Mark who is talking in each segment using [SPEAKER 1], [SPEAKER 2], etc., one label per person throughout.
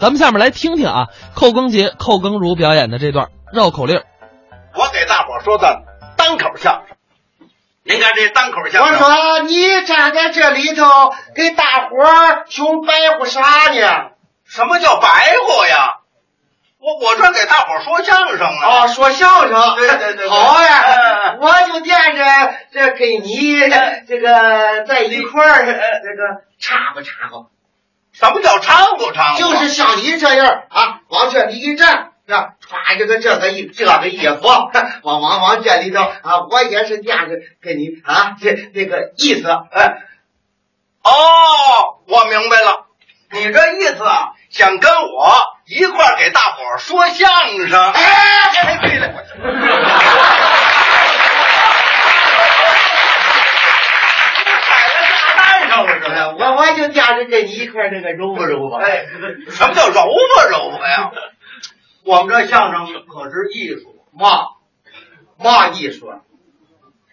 [SPEAKER 1] 咱们下面来听听啊，寇更杰、寇更如表演的这段绕口令。
[SPEAKER 2] 我给大伙儿说段单口相声。您看这单口相
[SPEAKER 3] 我
[SPEAKER 2] 声，
[SPEAKER 3] 说你站在这里头给大伙儿熊白活啥呢？
[SPEAKER 2] 什么叫白活呀？我我这给大伙儿说相声啊呢。
[SPEAKER 3] 哦，说相声，
[SPEAKER 2] 对对对
[SPEAKER 3] 好呀
[SPEAKER 2] 嗯，
[SPEAKER 3] 我就惦着这给你这个在一块儿这个插吧插吧，
[SPEAKER 2] 什么叫掺和掺和？
[SPEAKER 3] 就是像你这样啊，往这里一站。是吧？穿这个这个衣这个衣服， 往往往这里头啊，我也是惦着跟你啊，这这个意思，哎，
[SPEAKER 2] 哦，我明白了，你这意思啊，想跟我一块儿给大伙儿说相声。
[SPEAKER 3] 哎，对了，
[SPEAKER 2] 踩了炸弹上了
[SPEAKER 3] 哎我我就惦着跟你一块儿这个揉吧揉吧，
[SPEAKER 2] 哎，什么叫揉吧揉吧呀？我们这相声可是艺术，
[SPEAKER 3] 嘛嘛艺术，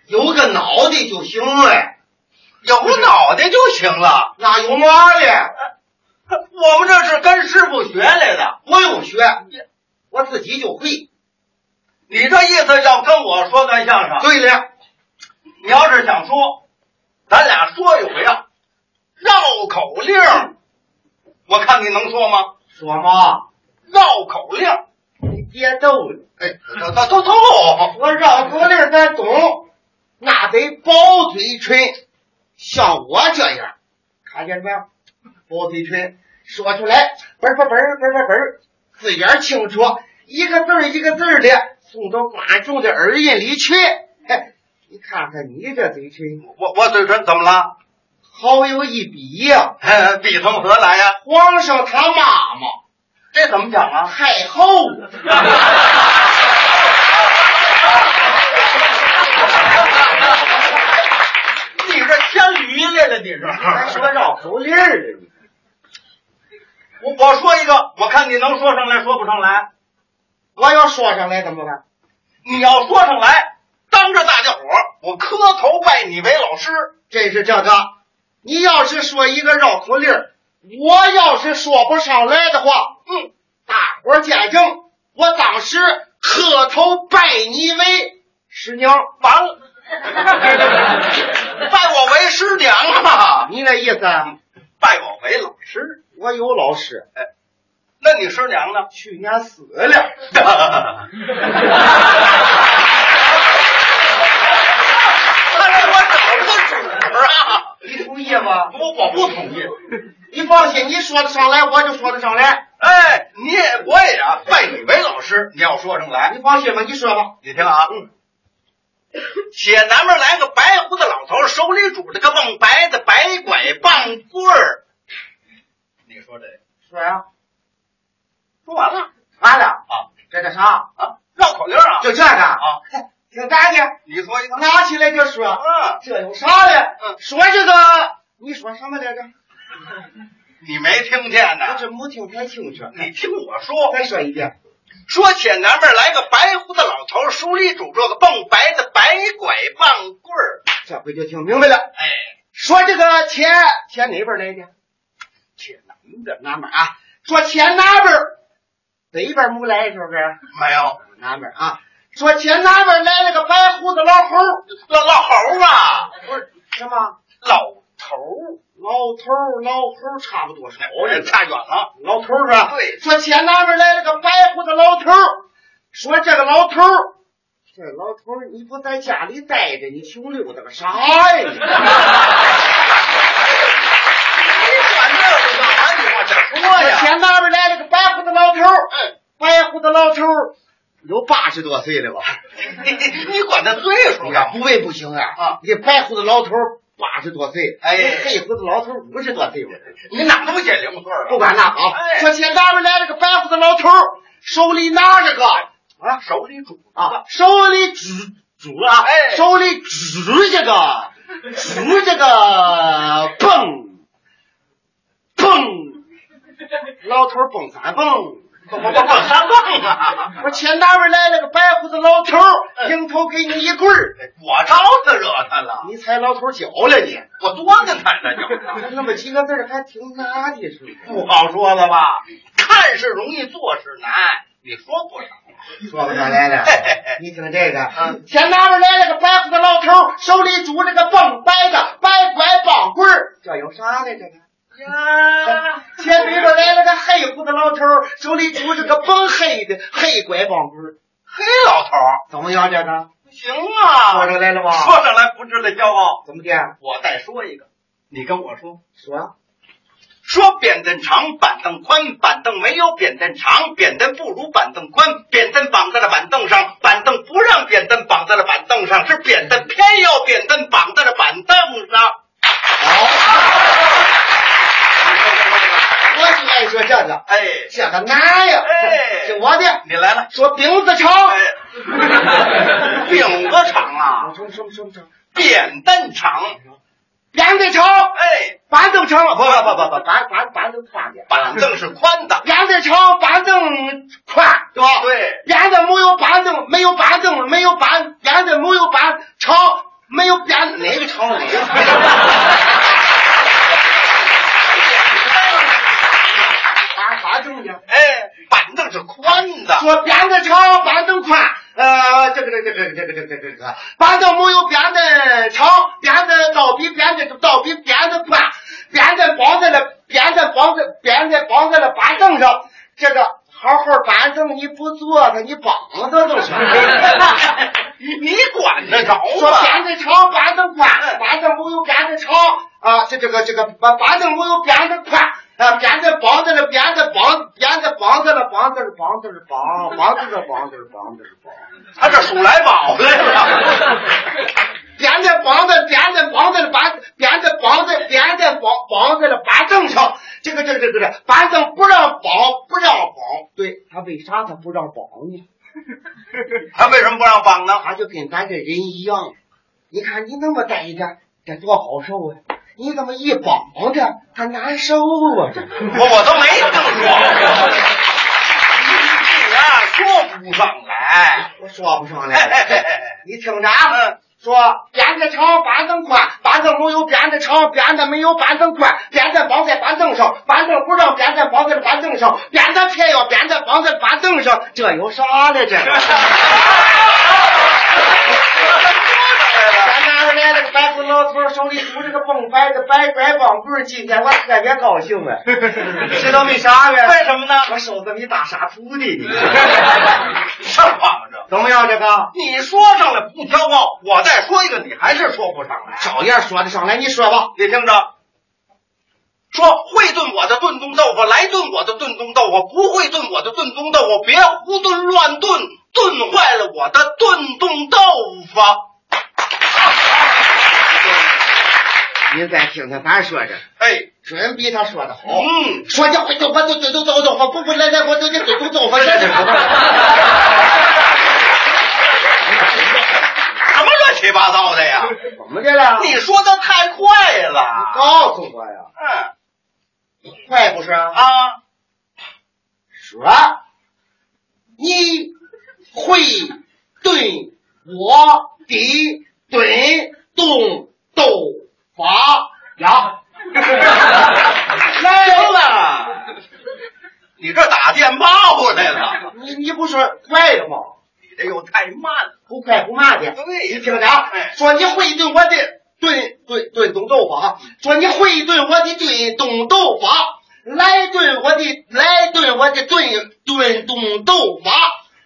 [SPEAKER 3] 有个脑袋就行了，
[SPEAKER 2] 有脑袋就行了。
[SPEAKER 3] 哪有嘛的？
[SPEAKER 2] 我们这是跟师傅学来的。
[SPEAKER 3] 不用学，我自己就会。
[SPEAKER 2] 你这意思要跟我说段相声？
[SPEAKER 3] 对了，
[SPEAKER 2] 你要是想说，咱俩说一回啊，绕口令儿，我看你能说吗？
[SPEAKER 3] 说嘛，
[SPEAKER 2] 绕口令儿，
[SPEAKER 3] 你别逗了，
[SPEAKER 2] 哎，都都都都，
[SPEAKER 3] 我绕口令儿咱懂，那得薄嘴唇，像我这样，看见没有？薄嘴唇说出来，嘣嘣嘣嘣嘣嘣，字眼儿清楚，一个字儿一个字儿的送到观众的耳音里去。嘿，你看看你这嘴唇。
[SPEAKER 2] 我我嘴唇怎么了？
[SPEAKER 3] 好有一比呀、
[SPEAKER 2] 哎 比从何来呀、
[SPEAKER 3] 皇上他妈妈
[SPEAKER 2] 这怎么讲啊？
[SPEAKER 3] 太后，
[SPEAKER 2] 你这牵驴来了，你是？
[SPEAKER 3] 还说绕口令儿呢。
[SPEAKER 2] 我 我说一个，我看你能说上来，说不上来。
[SPEAKER 3] 我要说上来怎么办？
[SPEAKER 2] 你要说上来，当着大家伙儿，我磕头拜你为老师。
[SPEAKER 3] 这是这个，你要是说一个绕口令儿，我要是说不上来的话，嗯，大伙儿见证，我当时磕头拜你为师娘。
[SPEAKER 2] 完了，拜我为师娘啊，
[SPEAKER 3] 你那意思啊？
[SPEAKER 2] 拜我为老师。
[SPEAKER 3] 师，我有老师，
[SPEAKER 2] 那你师娘呢？
[SPEAKER 3] 去年 死了。
[SPEAKER 2] 看来我找了个主儿啊！
[SPEAKER 3] 你同意吗？
[SPEAKER 2] 我我不同意。
[SPEAKER 3] 你放心，你说得上来，我就说得上来。
[SPEAKER 2] 哎，你也我也啊，拜你为老师。你要说上来，
[SPEAKER 3] 你放心吧，你说吧。
[SPEAKER 2] 你听啊， 且南边来个白胡子老头，手里拄着个棒白的白拐棒棍儿。你说这
[SPEAKER 3] 说呀、
[SPEAKER 2] 说完了
[SPEAKER 3] 完了
[SPEAKER 2] 啊，
[SPEAKER 3] 这叫啥？
[SPEAKER 2] 啊？绕口令啊？
[SPEAKER 3] 就这个啊，
[SPEAKER 2] 啊，
[SPEAKER 3] 挺干净。
[SPEAKER 2] 你说一个。
[SPEAKER 3] 拿起来就说，
[SPEAKER 2] 啊，
[SPEAKER 3] 这有啥的？
[SPEAKER 2] 嗯
[SPEAKER 3] 说这个，你说什么来着？
[SPEAKER 2] 你没听见
[SPEAKER 3] 我
[SPEAKER 2] 呢？
[SPEAKER 3] 这没听太清楚。
[SPEAKER 2] 你听我说，
[SPEAKER 3] 再说一遍，
[SPEAKER 2] 说且南边来个白胡子老头，手里拄着个棒白的白拐棒棍儿。
[SPEAKER 3] 这回就听明白了。
[SPEAKER 2] 哎，
[SPEAKER 3] 说这个铁铁哪边来的？
[SPEAKER 2] 且南边
[SPEAKER 3] 南边啊。说铁哪边儿？北边没来是不是？
[SPEAKER 2] 没有
[SPEAKER 3] 南边啊。说铁哪边来了个白胡子老猴儿？
[SPEAKER 2] 老老猴儿啊，
[SPEAKER 3] 不是什么
[SPEAKER 2] 老头儿，
[SPEAKER 3] 老头儿老猴儿差不多少
[SPEAKER 2] 哎差远了。
[SPEAKER 3] 老头儿是吧？
[SPEAKER 2] 对
[SPEAKER 3] 说前南边来了个白胡子老头儿，说这个老头儿，这老头儿你不在家里待着，你穷溜达个啥呀？
[SPEAKER 2] 你管这个干嘛？你往这说
[SPEAKER 3] 说
[SPEAKER 2] 呀？
[SPEAKER 3] 前南边来了个白胡子老头儿，白胡子老头儿有八十多岁了吧？
[SPEAKER 2] 你你管他岁数干嘛？
[SPEAKER 3] 不为不行啊！
[SPEAKER 2] 啊，
[SPEAKER 3] 这白胡子老头儿八十多岁，
[SPEAKER 2] 哎
[SPEAKER 3] 这黑胡子老头儿五十多岁吧？
[SPEAKER 2] 你哪都写零碎儿
[SPEAKER 3] 不管那啊，
[SPEAKER 2] 哎
[SPEAKER 3] 说前南边来了个白胡子老头儿，手里拿着个
[SPEAKER 2] 啊，手里拄
[SPEAKER 3] 啊，手里指
[SPEAKER 2] 拄啊，哎，
[SPEAKER 3] 手里指 这个，指这个蹦蹦，老头儿蹦三 蹦。
[SPEAKER 2] 我我我三蹦啊， 嗯
[SPEAKER 3] 我前单位来了个白胡子老头儿，迎头给你一棍儿，
[SPEAKER 2] 我招他惹他了，
[SPEAKER 3] 你踩老头儿脚了你。
[SPEAKER 2] 我多跟他那就
[SPEAKER 3] 那么几个字儿还挺难的，是不是？
[SPEAKER 2] 不好说了吧？看看是容易，做是难。你说不少，
[SPEAKER 3] 说不上来了
[SPEAKER 2] 嘿嘿嘿。
[SPEAKER 3] 你听这个
[SPEAKER 2] 啊，
[SPEAKER 3] 前拿着来了个白胡子老头儿，手里拄着个棒掰子，掰拐棒棍儿，这有啥呢？这个
[SPEAKER 2] 呀，
[SPEAKER 3] 前边边来了个黑胡子老头儿，手里拄着个甭黑的黑拐棒棍儿，
[SPEAKER 2] 嘿，老头儿，
[SPEAKER 3] 怎么样？这个
[SPEAKER 2] 行啊，
[SPEAKER 3] 说上来了吧？
[SPEAKER 2] 说上来不值得骄傲。
[SPEAKER 3] 怎么的？
[SPEAKER 2] 我再说一个，你跟我说，
[SPEAKER 3] 说
[SPEAKER 2] 说扁担长，板凳宽，板凳没有扁担长，扁担不如板凳宽，扁担绑在了板凳上，板凳不让扁担绑在了板凳上，是扁担偏要扁担绑在了板凳上。哦
[SPEAKER 3] 我就爱说这个，
[SPEAKER 2] 哎，
[SPEAKER 3] 这个难呀！
[SPEAKER 2] 哎
[SPEAKER 3] 听我的，
[SPEAKER 2] 你来了，
[SPEAKER 3] 说饼子长，
[SPEAKER 2] 哎 饼子长啊，
[SPEAKER 3] 什么什么什么什么，
[SPEAKER 2] 扁担长，
[SPEAKER 3] 扁担长，
[SPEAKER 2] 哎，
[SPEAKER 3] 板凳长，
[SPEAKER 2] 不不不不不
[SPEAKER 3] 板板板凳宽点，
[SPEAKER 2] 板凳是宽的，
[SPEAKER 3] 扁担长，板凳宽，对吧？
[SPEAKER 2] 对，
[SPEAKER 3] 扁担没有板凳，没有板凳，没有板，扁担没有板长，没有扁哪个长哪个 板板正的。
[SPEAKER 2] 哎，板凳是宽 的，
[SPEAKER 3] 说扁担长，板凳宽，呃，这个这个这个这个这个这个，板凳没有扁担长，扁担倒比扁担倒比扁担宽，扁担绑在了扁担绑在扁担绑在了板凳上，这个好好板凳你不坐它，你绑它都行。
[SPEAKER 2] 你管得着
[SPEAKER 3] 说
[SPEAKER 2] 吗？
[SPEAKER 3] 扁担长，板凳宽，板凳没有扁担长啊，这这个这个板板凳没有扁担宽。啊，扁担绑在了，扁担绑，扁担绑在了，绑在了，绑在了，绑，绑在了，绑在了，绑在了， 绑。
[SPEAKER 2] 他这数来宝的是吧？
[SPEAKER 3] 扁担绑在扁担绑在了板，扁担绑在扁担绑绑在了板凳上。这个这个这个这个板凳不让绑，不让绑。对他为啥他不让绑呢？
[SPEAKER 2] 他为什么不让啊绑呢？
[SPEAKER 3] 他就跟咱这人一样。你看你那么呆着，这多好受啊！你怎么一绑着，他难受啊？这
[SPEAKER 2] 我我都没这么说，你呀说不上 来。
[SPEAKER 3] 我说不上
[SPEAKER 2] 哎哎哎
[SPEAKER 3] 来。
[SPEAKER 2] 哎
[SPEAKER 3] 你听着啊。
[SPEAKER 2] 嗯
[SPEAKER 3] 说扁担长，板凳宽，板凳没有扁担长，扁担没有板凳宽，扁担绑在板凳上，板凳不让扁担绑在了板凳上，扁担偏要扁担绑在板凳上，这有啥呢？这个。咱拿出来了个白胡老头儿，手里拄着个蹦白的白拐棒棍儿，今天我特别高兴 啊！知道为啥呗？
[SPEAKER 2] 为什么呢？
[SPEAKER 3] 我收这么一大傻徒弟 呢，
[SPEAKER 2] 上榜着。
[SPEAKER 3] 怎么样？这个
[SPEAKER 2] 你说上来不骄傲，我再说一个，你还是说不上来。
[SPEAKER 3] 照样说得上来，你说吧。
[SPEAKER 2] 你听着，说会炖我的炖冬豆腐，来炖我的炖冬豆腐，不会炖我的炖冬豆腐，别胡炖乱炖，炖坏了我的炖冬豆腐。
[SPEAKER 3] 您再听听咱说这，
[SPEAKER 2] 哎，
[SPEAKER 3] 准比他说的好。
[SPEAKER 2] 嗯，
[SPEAKER 3] 说这会动，我就嘴动动动，我不不来来，我就这嘴动动， 我这这
[SPEAKER 2] 什么乱七八糟的呀？
[SPEAKER 3] 怎么的了
[SPEAKER 2] 你说的太快了。
[SPEAKER 3] 告诉我呀，
[SPEAKER 2] 嗯
[SPEAKER 3] 快不是？啊，
[SPEAKER 2] 啊，
[SPEAKER 3] 说，你会对我的对动斗法 呀？
[SPEAKER 2] 行了，你这打电报来了，
[SPEAKER 3] 你你不说快了吗？
[SPEAKER 2] 你这又太慢 了。
[SPEAKER 3] 不快不慢的。
[SPEAKER 2] 对
[SPEAKER 3] 你听着啊，说你会炖我的炖炖炖冻豆腐啊，说你会炖我的炖冻豆腐啊，来炖我的来炖我的炖炖冻豆腐啊，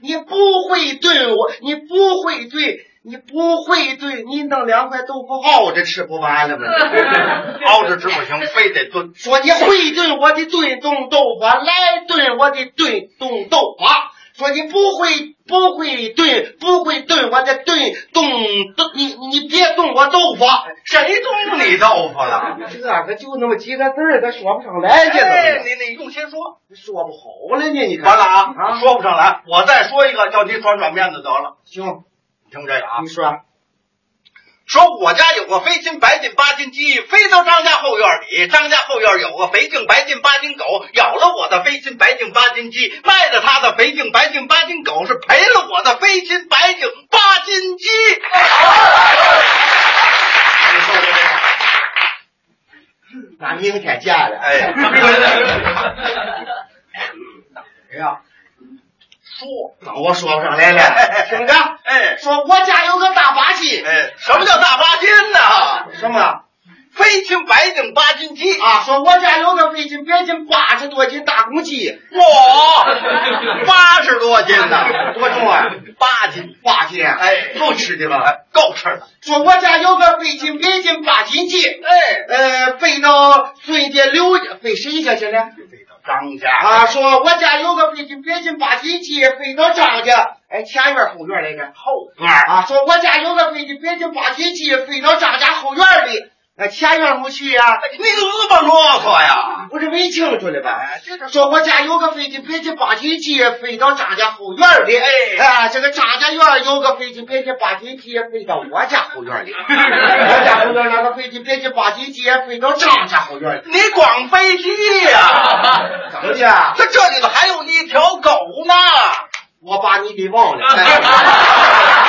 [SPEAKER 3] 你不会炖我，你不会炖，你不会炖，你弄两块豆腐熬着吃不完了吗？
[SPEAKER 2] 熬着吃不行，非得炖。
[SPEAKER 3] 说你会炖我的炖冻豆腐啊，来炖我的炖冻豆腐啊。说你不会不会炖不会炖我的炖冻豆，你你别动我豆腐啊。
[SPEAKER 2] 谁动你豆腐了？
[SPEAKER 3] 啊这个就那么几个字儿，他说不上来这
[SPEAKER 2] 哎，
[SPEAKER 3] 怎
[SPEAKER 2] 你得用心说。
[SPEAKER 3] 么说不好了呢？你看
[SPEAKER 2] 完了啊，
[SPEAKER 3] 啊，
[SPEAKER 2] 说不上来，我再说一个，叫你转转面子得了。
[SPEAKER 3] 行，
[SPEAKER 2] 你听这个啊
[SPEAKER 3] 你，说
[SPEAKER 2] 说我家有个飞禽、白进、八斤鸡，飞到张家后院里。张家后院有个肥净、白净、八斤狗，咬了我的飞禽、白净、八斤鸡，卖了他的肥净、白净、八斤狗，是赔了我的飞禽、白净、八斤鸡。你说这个
[SPEAKER 3] 咱明天见了。
[SPEAKER 2] 哎，
[SPEAKER 3] 谁呀、
[SPEAKER 2] 说，
[SPEAKER 3] 那我哎说不上来了，听着，
[SPEAKER 2] 哎
[SPEAKER 3] 说我家有个大把戏，
[SPEAKER 2] 哎，什么叫大八斤呢？
[SPEAKER 3] 什么？
[SPEAKER 2] 飞禽白颈八斤鸡，
[SPEAKER 3] 啊，说我家有个费劲别劲八十多斤大公鸡，
[SPEAKER 2] 哇，八十多斤呢，
[SPEAKER 3] 多重啊？
[SPEAKER 2] 八斤，
[SPEAKER 3] 八斤，
[SPEAKER 2] 哎，
[SPEAKER 3] 够吃的了。
[SPEAKER 2] 够吃了。
[SPEAKER 3] 说我家有个费劲别劲八斤鸡，
[SPEAKER 2] 哎，
[SPEAKER 3] 呃，飞到孙家刘家，飞谁家去了？
[SPEAKER 2] 张家
[SPEAKER 3] 啊，说我家有个费劲别劲八斤鸡，飞到张家，哎，前院后院来着。
[SPEAKER 2] 后院儿
[SPEAKER 3] 啊，说我家有个费劲别劲八斤鸡，飞到张家后院里，那前院没去呀、
[SPEAKER 2] 你怎么啰嗦呀？
[SPEAKER 3] 不是没清楚了吧？说我家有个飞机，飞机八斤鸡，飞到张家后院里。哎，啊，这个张家院有个飞机，飞机八斤鸡，飞到我家后院里。我家后院那个飞机，飞机八斤鸡，飞到张家后 院里。
[SPEAKER 2] 你光飞机呀？
[SPEAKER 3] 怎么的？
[SPEAKER 2] 这这里头还有一条狗呢。
[SPEAKER 3] 啊 我把你给忘了。哎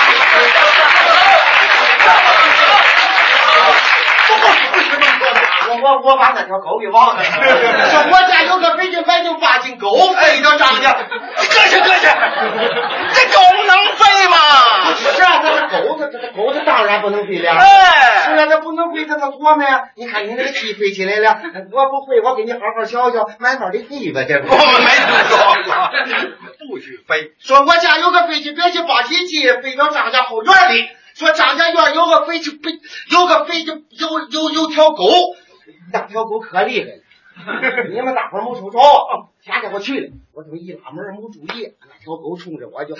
[SPEAKER 3] 我我我把那条狗给忘了。说我家有个飞机，飞机八斤狗，
[SPEAKER 2] 哎
[SPEAKER 3] 飞到 张家。
[SPEAKER 2] 搁下搁下，这狗能飞吗？
[SPEAKER 3] 是啊，那是狗，它它它狗它当然不能飞了。是
[SPEAKER 2] 哎，
[SPEAKER 3] 啊，那不能飞，它它多呢。你看你那个鸡飞起来了，我不会，我给你好好瞧瞧，慢慢的飞吧，这不。
[SPEAKER 2] 我们没听哦说过， 不许飞。
[SPEAKER 3] 说我家有个飞机，别去把鸡鸡飞到张家后院里。说张家院有个飞机，飞有个飞机，有有有条狗，那条狗可厉 害了。你们大伙儿没瞅着，前天我去了，我怎么一拉门儿没注意，那条狗冲着我就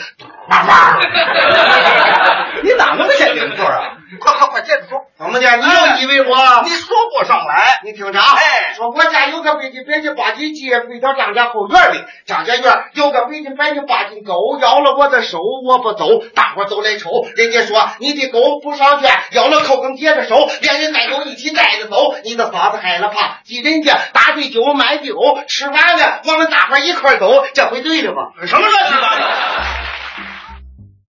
[SPEAKER 3] 叭叭。
[SPEAKER 2] 你哪那么先进座啊？快快快，接着说，
[SPEAKER 3] 怎么的？你又以为我？
[SPEAKER 2] 你说不上来。
[SPEAKER 3] 哎你听着，
[SPEAKER 2] 哎
[SPEAKER 3] 说我家有个北京白斤八斤鸡，飞到张家后院里。张家院有个北京白斤八斤狗，咬了我的手，我不走。大伙都来瞅，人家说你的狗不上圈，咬了口跟接着手，连人带狗一起带着走。你的嫂子害了怕，急人家打醉酒买酒，吃完了我们大伙一块儿走，这回对了吧？
[SPEAKER 2] 什么乱七八糟？